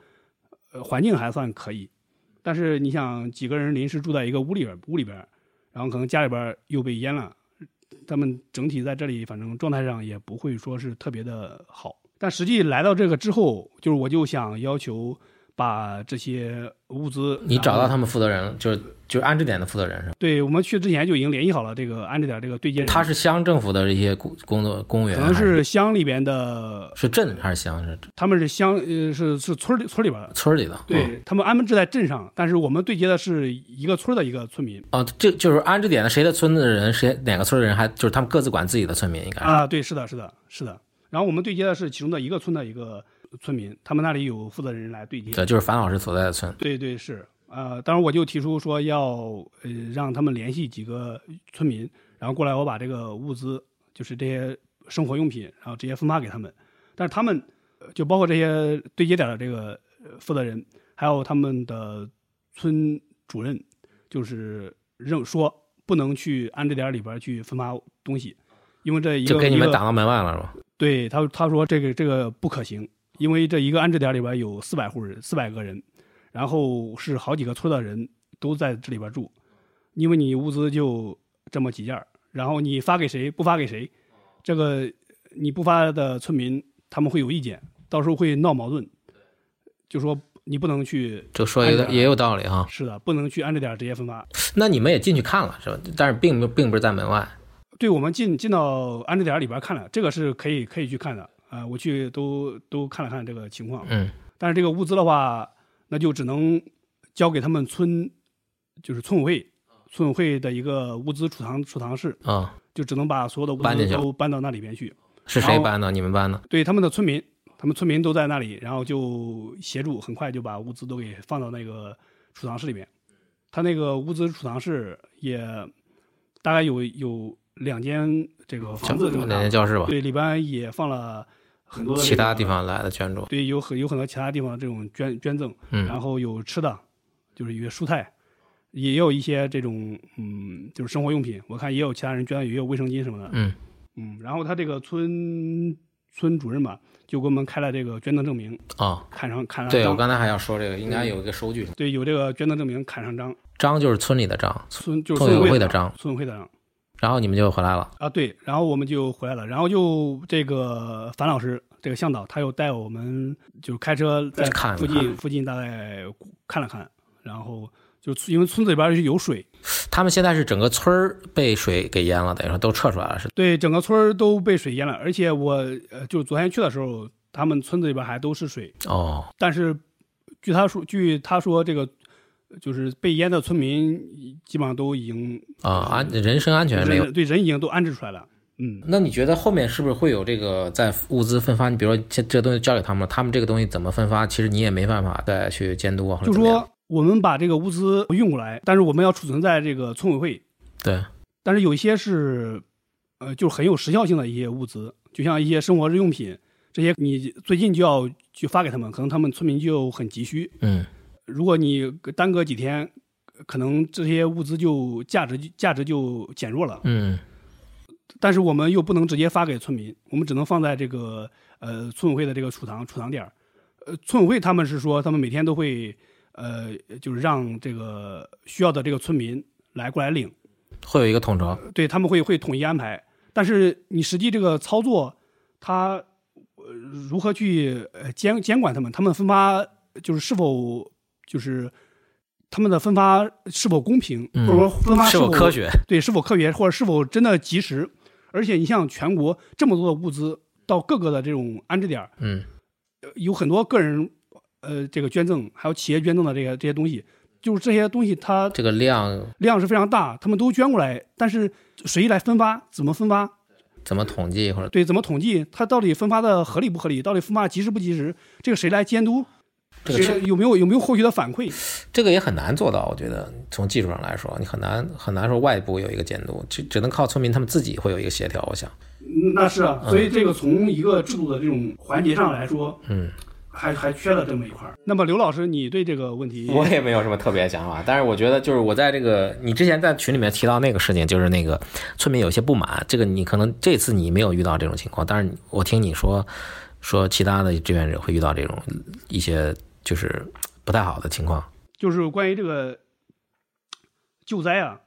Speaker 2: 呃、环境还算可以，但是你想几个人临时住在一个屋里边，屋里边，然后可能家里边又被淹了，他们整体在这里反正状态上也不会说是特别的好。但实际来到这个之后，就是我就想要求把这些物资，
Speaker 1: 你找到
Speaker 2: 然后
Speaker 1: 他们负责人，就是就是安置点的负责人是吧？
Speaker 2: 对我们去之前就已经联系好了这个安置点这个对接人，
Speaker 1: 他是乡政府的一些工工作公务员
Speaker 2: 可
Speaker 1: 还，
Speaker 2: 能是乡里边的，
Speaker 1: 是镇还是乡？是
Speaker 2: 他们是乡呃是是村里村里边的，
Speaker 1: 村里的。嗯
Speaker 2: 对他们安置在镇上，但是我们对接的是一个村的一个村民
Speaker 1: 哦，这就是安置点的，谁的村子的人，谁哪个村的人还，就是他们各自管自己的村民，应该是。
Speaker 2: 啊，对，是的，是的，是的。然后我们对接的是其中的一个村的一个村民，他们那里有负责人来对接。
Speaker 1: 对，就是樊老师所在的村。
Speaker 2: 对对是，呃，当然我就提出说要呃让他们联系几个村民，然后过来我把这个物资，就是这些生活用品，然后直接分发给他们。但是他们呃就包括这些对接点的这个呃负责人，还有他们的村主任，就是认说不能去按这点里边去分发东西，因为这一个
Speaker 1: 就给你
Speaker 2: 一
Speaker 1: 们
Speaker 2: 个
Speaker 1: 挡到门外了是吧？
Speaker 2: 对他，他说这个这个不可行，因为这一个安置点里边有四百户人，四百个人，然后是好几个村的人都在这里边住，因为你物资就这么几件儿然后你发给谁不发给谁，这个你不发的村民他们会有意见，到时候会闹矛盾，就说你不能去，
Speaker 1: 这说也
Speaker 2: 安置点
Speaker 1: 也有道理哈。
Speaker 2: 是的，不能去安置点直接分发。
Speaker 1: 那你们也进去看了是吧？但是并没有并不是在门外。
Speaker 2: 对，我们进进到安置点里边看了，这个是可以可以去看的啊、我去都都看了看这个情况。
Speaker 1: 嗯，
Speaker 2: 但是这个物资的话，那就只能交给他们村，就是村委会，村委会的一个物资储藏储藏室，
Speaker 1: 啊、
Speaker 2: 就只能把所有的物
Speaker 1: 搬进
Speaker 2: 资
Speaker 1: 去了
Speaker 2: 都搬到那里边去。
Speaker 1: 是谁搬的？你们搬的？
Speaker 2: 对他们的村民，他们村民都在那里，然后就协助，很快就把物资都给放到那个储藏室里面。他那个物资储藏室也大概有有两间这个房子这么
Speaker 1: 两
Speaker 2: 大
Speaker 1: 间，教室吧。
Speaker 2: 对，里边也放了很多的
Speaker 1: 其
Speaker 2: 这个
Speaker 1: 他地方来的捐助。
Speaker 2: 对，有很有很多其他地方这种捐捐赠，
Speaker 1: 嗯
Speaker 2: 然后有吃的，就是一些蔬菜，也有一些这种嗯，就是生活用品。我看也有其他人捐，也有卫生巾什么的，
Speaker 1: 嗯，
Speaker 2: 嗯。然后他这个村村主任吧，就给我们开了这个捐赠证明，
Speaker 1: 哦，
Speaker 2: 砍上砍上
Speaker 1: 对我
Speaker 2: 章，
Speaker 1: 刚才还要说这个，应该有一个收据。
Speaker 2: 对，有这个捐赠证明砍上章，
Speaker 1: 张就是村里的张，
Speaker 2: 村就是
Speaker 1: 村
Speaker 2: 村
Speaker 1: 委会
Speaker 2: 的
Speaker 1: 的章，
Speaker 2: 村委会的章
Speaker 1: 然后你们就回来了。
Speaker 2: 啊，对。然后我们就回来了，然后就这个樊老师。这个向导他又带我们，就是开车在
Speaker 1: 看了
Speaker 2: 附近
Speaker 1: 看
Speaker 2: 附近大概看了看，然后就因为村子里边是有水，
Speaker 1: 他们现在是整个村儿被水给淹了，等于说都撤出来了，是
Speaker 2: 对，整个村儿都被水淹了，而且我呃，就是昨天去的时候，他们村子里边还都是水，
Speaker 1: 哦，
Speaker 2: 但是据他说，据他说这个就是被淹的村民基本上都已经
Speaker 1: 啊、安人身安全没有。
Speaker 2: 人对人已经都安置出来了，嗯，
Speaker 1: 那你觉得后面是不是会有这个在物资分发？你比如说这这东西交给他们了，他们这个东西怎么分发，其实你也没办法再去监督啊，或者
Speaker 2: 就
Speaker 1: 怎么样
Speaker 2: 说我们把这个物资运过来，但是我们要储存在这个村委会，
Speaker 1: 对，
Speaker 2: 但是有一些是，呃，就是很有时效性的一些物资，就像一些生活日用品，这些你最近就要去发给他们，可能他们村民就很急需。
Speaker 1: 嗯，
Speaker 2: 如果你耽搁几天，可能这些物资就价值价值就减弱了。
Speaker 1: 嗯，
Speaker 2: 但是我们又不能直接发给村民，我们只能放在这个呃村委会的这个储藏储藏点儿呃，村委会他们是说，他们每天都会呃，就是让这个需要的这个村民来过来领。
Speaker 1: 会有一个统筹。
Speaker 2: 对他们会会统一安排，但是你实际这个操作，他、呃、如何去呃监监管他们？他们分发就是是否就是他们的分发是否公平，
Speaker 1: 嗯
Speaker 2: 或者说分发
Speaker 1: 是
Speaker 2: 否
Speaker 1: 否科学？
Speaker 2: 对是否科学，或者是否真的及时？而且你像全国这么多的物资到各个的这种安置点儿，
Speaker 1: 嗯，
Speaker 2: 呃有很多个人呃这个捐赠，还有企业捐赠的这个这些东西，就是这些东西它
Speaker 1: 这个量
Speaker 2: 量是非常大，他们都捐过来，但是谁来分发，怎么分发，
Speaker 1: 怎么统计或者
Speaker 2: 对，怎么统计，它到底分发的合理不合理，到底分发及时不及时，这个谁来监督，
Speaker 1: 这个
Speaker 2: 谁有没有有没有后续的反馈？
Speaker 1: 这个也很难做到，我觉得从技术上来说，你很难很难说外部有一个监督，只只能靠村民他们自己会有一个协调。我想，
Speaker 2: 那是啊，所以这个从一个制度的这种环节上来说，
Speaker 1: 嗯，
Speaker 2: 还还缺了这么一块。那么刘老师，你对这个问题，
Speaker 1: 我也没有什么特别想法，但是我觉得就是我在这个你之前在群里面提到那个事情，就是那个村民有些不满，这个你可能这次你没有遇到这种情况，但是我听你说说其他的志愿者会遇到这种一些就是不太好的情况。
Speaker 2: 就是关于这个救灾啊，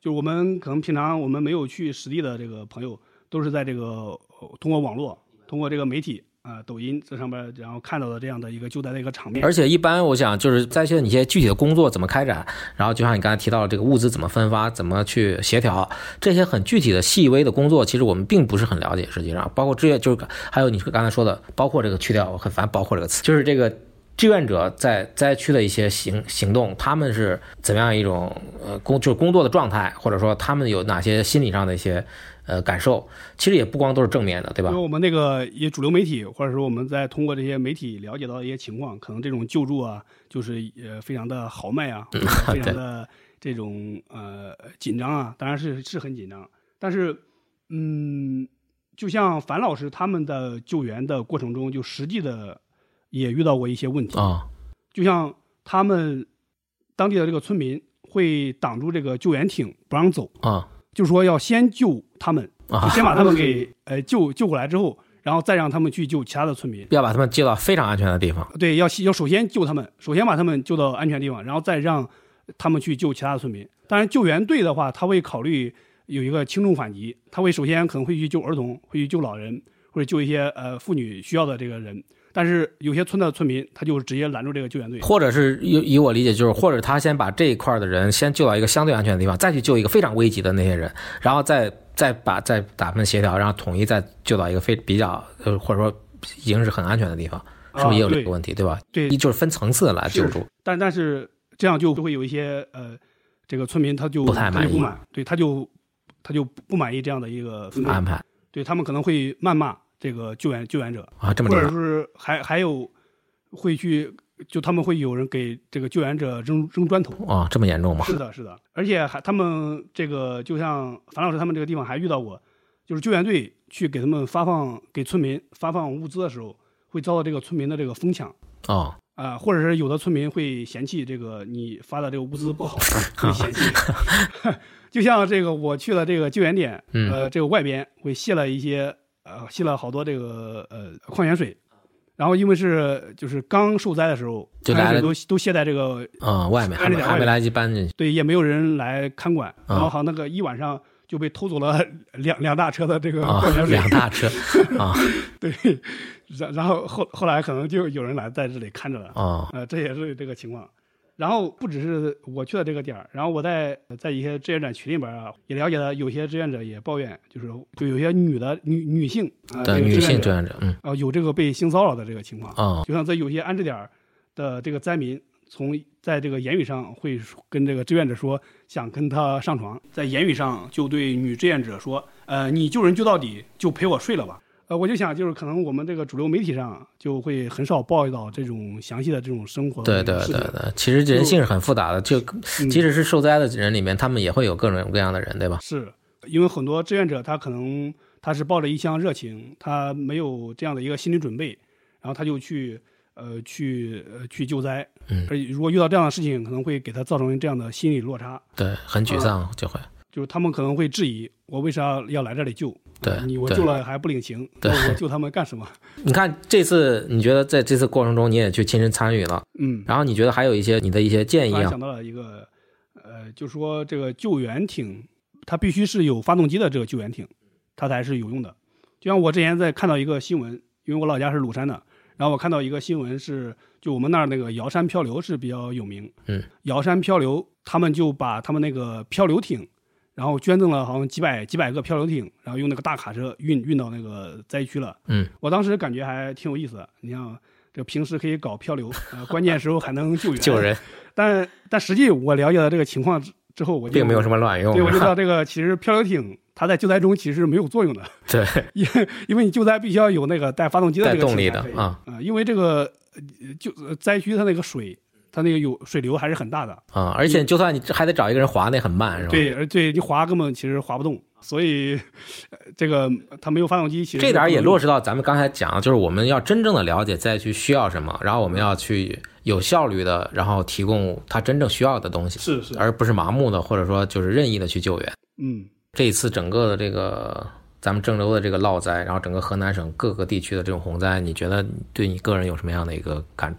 Speaker 2: 就是我们可能平常我们没有去实地的这个朋友，都是在这个呃通过网络、通过这个媒体啊、抖音这上面，然后看到的这样的一个救灾的一个场面。
Speaker 1: 而且一般我想就是在线你一些具体的工作怎么开展，然后就像你刚才提到的这个物资怎么分发、怎么去协调这些很具体的细微的工作，其实我们并不是很了解。实际上，包括志愿就是还有你刚才说的，包括这个去掉我很烦“包括”这个词，就是这个。志愿者在灾区的一些行行动，他们是怎么样一种呃工就是工作的状态，或者说他们有哪些心理上的一些呃感受？其实也不光都是正面的，对吧
Speaker 2: 因为？我们那个也主流媒体，或者说我们在通过这些媒体了解到的一些情况，可能这种救助啊，就是呃非常的豪迈啊，
Speaker 1: 嗯
Speaker 2: 或者说 [laughs] 非常的这种呃紧张啊，当然是是很紧张，但是嗯，就像樊老师他们的救援的过程中，就实际的也遇到过一些问题，
Speaker 1: 啊、
Speaker 2: 就像他们当地的这个村民会挡住这个救援艇不让走，
Speaker 1: 啊、
Speaker 2: 就说要先救他们，
Speaker 1: 啊
Speaker 2: 就先把他们给呃救救过来之后，然后再让他们去救其他的村民。
Speaker 1: 要把他们接到非常安全的地方。
Speaker 2: 对，要先要首先救他们，首先把他们救到安全地方，然后再让他们去救其他的村民。当然，救援队的话，他会考虑有一个轻重缓急，他会首先可能会去救儿童，会去救老人，或者救一些呃妇女需要的这个人。但是有些村的村民，他就直接拦住这个救援队，
Speaker 1: 或者是以以我理解，就是或者他先把这一块的人先救到一个相对安全的地方，再去救一个非常危急的那些人，然后再再把再打分协调，然后统一再救到一个非比较呃或者说已经是很安全的地方，是不是也啊有这个问题，对吧？
Speaker 2: 啊对
Speaker 1: 一，就是分层次来救助，
Speaker 2: 但但是这样就会有一些呃，这个村民他就
Speaker 1: 不太
Speaker 2: 他就
Speaker 1: 满
Speaker 2: 不
Speaker 1: 意
Speaker 2: 满，对，他就他就不不满意这样的一个分配
Speaker 1: 安排
Speaker 2: 对他们可能会谩骂这个救援救援者，
Speaker 1: 啊，这
Speaker 2: 或
Speaker 1: 么厉
Speaker 2: 者
Speaker 1: 害
Speaker 2: 是还还有会去就他们会有人给这个救援者扔扔砖头，
Speaker 1: 啊，这么严重吗？
Speaker 2: 是的，是的，而且还他们这个就像樊老师他们这个地方还遇到过，就是救援队去给他们发放给村民发放物资的时候，会遭到这个村民的这个疯抢。
Speaker 1: 啊，
Speaker 2: 啊、或者是有的村民会嫌弃这个你发的这个物资
Speaker 1: [laughs]
Speaker 2: 不好，会嫌弃。 [laughs] 就像这个我去了这个救援点，
Speaker 1: 嗯
Speaker 2: 呃，这个外边会卸了一些，呃，卸了好多这个呃矿泉水，然后因为是就是刚受灾的时候，
Speaker 1: 就
Speaker 2: 矿泉
Speaker 1: 来
Speaker 2: 水
Speaker 1: 了
Speaker 2: 都都卸在这个
Speaker 1: 嗯，外面还
Speaker 2: 看着
Speaker 1: 没
Speaker 2: 点
Speaker 1: 还
Speaker 2: 外面
Speaker 1: 没来得及搬进去，
Speaker 2: 对，也没有人来看管，
Speaker 1: 啊
Speaker 2: 然后好像那个一晚上就被偷走了两两大车的这个
Speaker 1: [laughs] 啊
Speaker 2: 矿泉，水，
Speaker 1: 两大车啊
Speaker 2: 对，然然后后后来可能就有人来在这里看着了，
Speaker 1: 啊
Speaker 2: 呃，这也是这个情况。然后不只是我去的这个点儿，然后我在在一些志愿者群里边儿啊，也了解到有些志愿者也抱怨，就是就有些女的女女性啊，
Speaker 1: 的
Speaker 2: 这个
Speaker 1: 女
Speaker 2: 志愿
Speaker 1: 性志
Speaker 2: 者
Speaker 1: 愿者，嗯
Speaker 2: 啊、有这个被性骚扰的这个情况，
Speaker 1: 啊
Speaker 2: 就像在有些安置点儿的这个灾民，从在这个言语上会说跟这个志愿者说想跟他上床，在言语上就对女志愿者说，呃，你救人救到底，就陪我睡了吧。呃，我就想，就是可能我们这个主流媒体上就会很少报道这种详细的这种生活
Speaker 1: 对
Speaker 2: 的这
Speaker 1: 对
Speaker 2: 种事
Speaker 1: 对
Speaker 2: 情。
Speaker 1: 对，其实人性是很复杂的，就
Speaker 2: 嗯
Speaker 1: 即使是受灾的人里面，他们也会有各种各样的人，对吧？
Speaker 2: 是因为很多志愿者他可能他是抱着一腔热情，他没有这样的一个心理准备，然后他就去呃去呃去救灾，
Speaker 1: 嗯
Speaker 2: 而如果遇到这样的事情，可能会给他造成这样的心理落差，
Speaker 1: 对，很沮
Speaker 2: 嗯
Speaker 1: 丧就会。
Speaker 2: 就是他们可能会质疑我为啥要来这里救，
Speaker 1: 对
Speaker 2: 你我
Speaker 1: 对
Speaker 2: 救了还不领情，
Speaker 1: 对
Speaker 2: 那我救他们干什么？
Speaker 1: 你看这次，你觉得在这次过程中你也去亲身参与了，
Speaker 2: 嗯，
Speaker 1: 然后你觉得还有一些你的一些建
Speaker 2: 突
Speaker 1: 议
Speaker 2: 然
Speaker 1: 啊
Speaker 2: 想到了一个呃，就说这个救援艇它必须是有发动机的这个救援艇，它才是有用的。就像我之前在看到一个新闻，因为我老家是鲁山的，然后我看到一个新闻是，就我们那儿那个瑶山漂流是比较有名，
Speaker 1: 嗯，
Speaker 2: 瑶山漂流他们就把他们那个漂流艇，然后捐赠了好像几百几百个漂流艇，然后用那个大卡车运运到那个灾区了。
Speaker 1: 嗯，
Speaker 2: 我当时感觉还挺有意思的。你像就平时可以搞漂流，呃，关键时候还能救援
Speaker 1: [laughs] 救。人
Speaker 2: 但但实际我了解到这个情况之之后，我就
Speaker 1: 并没有什么卵用
Speaker 2: 对，我
Speaker 1: 是 [laughs]
Speaker 2: 知
Speaker 1: 吧，
Speaker 2: 道这个其实漂流艇它在救灾中其实没有作用的，
Speaker 1: 对，
Speaker 2: [laughs] 因因为你救灾必须要有那个带发动机的
Speaker 1: 带
Speaker 2: 这个
Speaker 1: 动力
Speaker 2: 艇才
Speaker 1: 的
Speaker 2: 可以
Speaker 1: 啊
Speaker 2: 呃因为这个呃就呃灾区它那个水，它那个有水流还是很大的，
Speaker 1: 啊，而且就算你还得找一个人划，那很慢是吧？，
Speaker 2: 对，而对你划根本其实划不动，所以呃这个它没有发动机，其实
Speaker 1: 这点儿也
Speaker 2: 不能
Speaker 1: 落实到咱们刚才讲，就是我们要真正的了解灾区需要什么，然后我们要去有效率的，然后提供他真正需要的东西，
Speaker 2: 是是，
Speaker 1: 而不是盲目的或者说就是任意的去救援。
Speaker 2: 嗯
Speaker 1: 这一次整个的这个咱们郑州的这个涝灾，然后整个河南省各个地区的这种洪灾，你觉得对你个人有什么样的一个感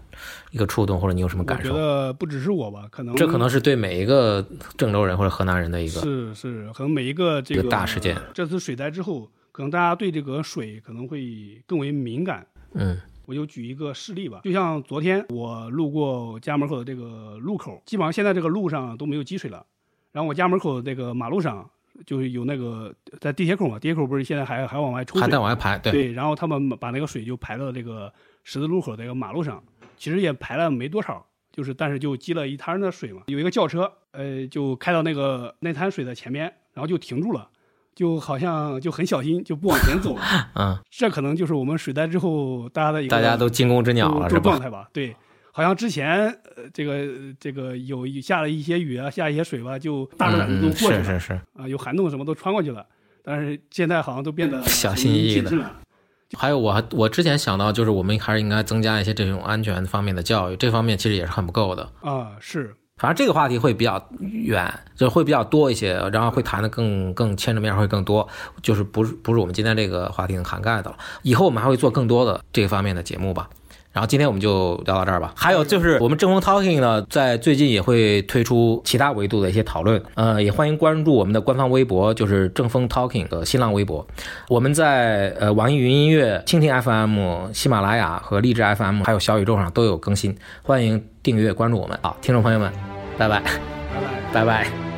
Speaker 1: 一个触动，或者你有什么
Speaker 2: 我
Speaker 1: 感
Speaker 2: 觉
Speaker 1: 受？
Speaker 2: 得不只是我吧，可能
Speaker 1: 这可能是对每一个郑州人或者河南人的一个
Speaker 2: 是是，可能每一个这
Speaker 1: 一个
Speaker 2: 个
Speaker 1: 大事件，
Speaker 2: 这次水灾之后，可能大家对这个水可能会更为敏感。
Speaker 1: 嗯
Speaker 2: 我就举一个事例吧，就像昨天我路过家门口的这个路口，基本上现在这个路上都没有积水了。然后我家门口这个马路上就是有那个在地铁口嘛，地铁口不是现在还还往外抽
Speaker 1: 还
Speaker 2: 水
Speaker 1: 在，往外排，对，
Speaker 2: 对，然后他们把那个水就排到这个十字路口的一个马路上，其实也排了没多少，就是但是就积了一滩的水嘛。有一个轿车，呃，就开到那个那滩水的前面，然后就停住了，就好像就很小心，就不往前
Speaker 1: [laughs]
Speaker 2: 走了。
Speaker 1: 嗯，
Speaker 2: 这可能就是我们水灾之后大家的一个
Speaker 1: 大家都惊弓之鸟了，
Speaker 2: 都
Speaker 1: 是
Speaker 2: 都状
Speaker 1: 吧？
Speaker 2: 态吧？对，好像之前呃这个这个有一下了一些雨啊，下一些水吧，就大自然
Speaker 1: 嗯
Speaker 2: 都
Speaker 1: 嗯
Speaker 2: 过去了。
Speaker 1: 是是是，
Speaker 2: 啊，有涵洞什么都穿过去了，但是现在好像都变得
Speaker 1: 小心翼翼
Speaker 2: 谨
Speaker 1: 的
Speaker 2: 慎了。
Speaker 1: 还有我还我之前想到，就是我们还是应该增加一些这种安全方面的教育，这方面其实也是很不够的。
Speaker 2: 啊，是
Speaker 1: 反正这个话题会比较远，就是会比较多一些，然后会谈的更更牵扯面会更多，就是不是不是我们今天这个话题能涵盖的了。以后我们还会做更多的这方面的节目吧。然后今天我们就聊到这儿吧。还有就是我们正风 Talking 呢，在最近也会推出其他维度的一些讨论，呃，也欢迎关注我们的官方微博，就是正风 Talking 的新浪微博。我们在呃网易云音乐、蜻蜓 FM、喜马拉雅和荔枝 FM，还有小宇宙上都有更新，欢迎订阅关注我们。好，听众朋友们，拜拜，
Speaker 2: 拜拜。
Speaker 1: 拜拜。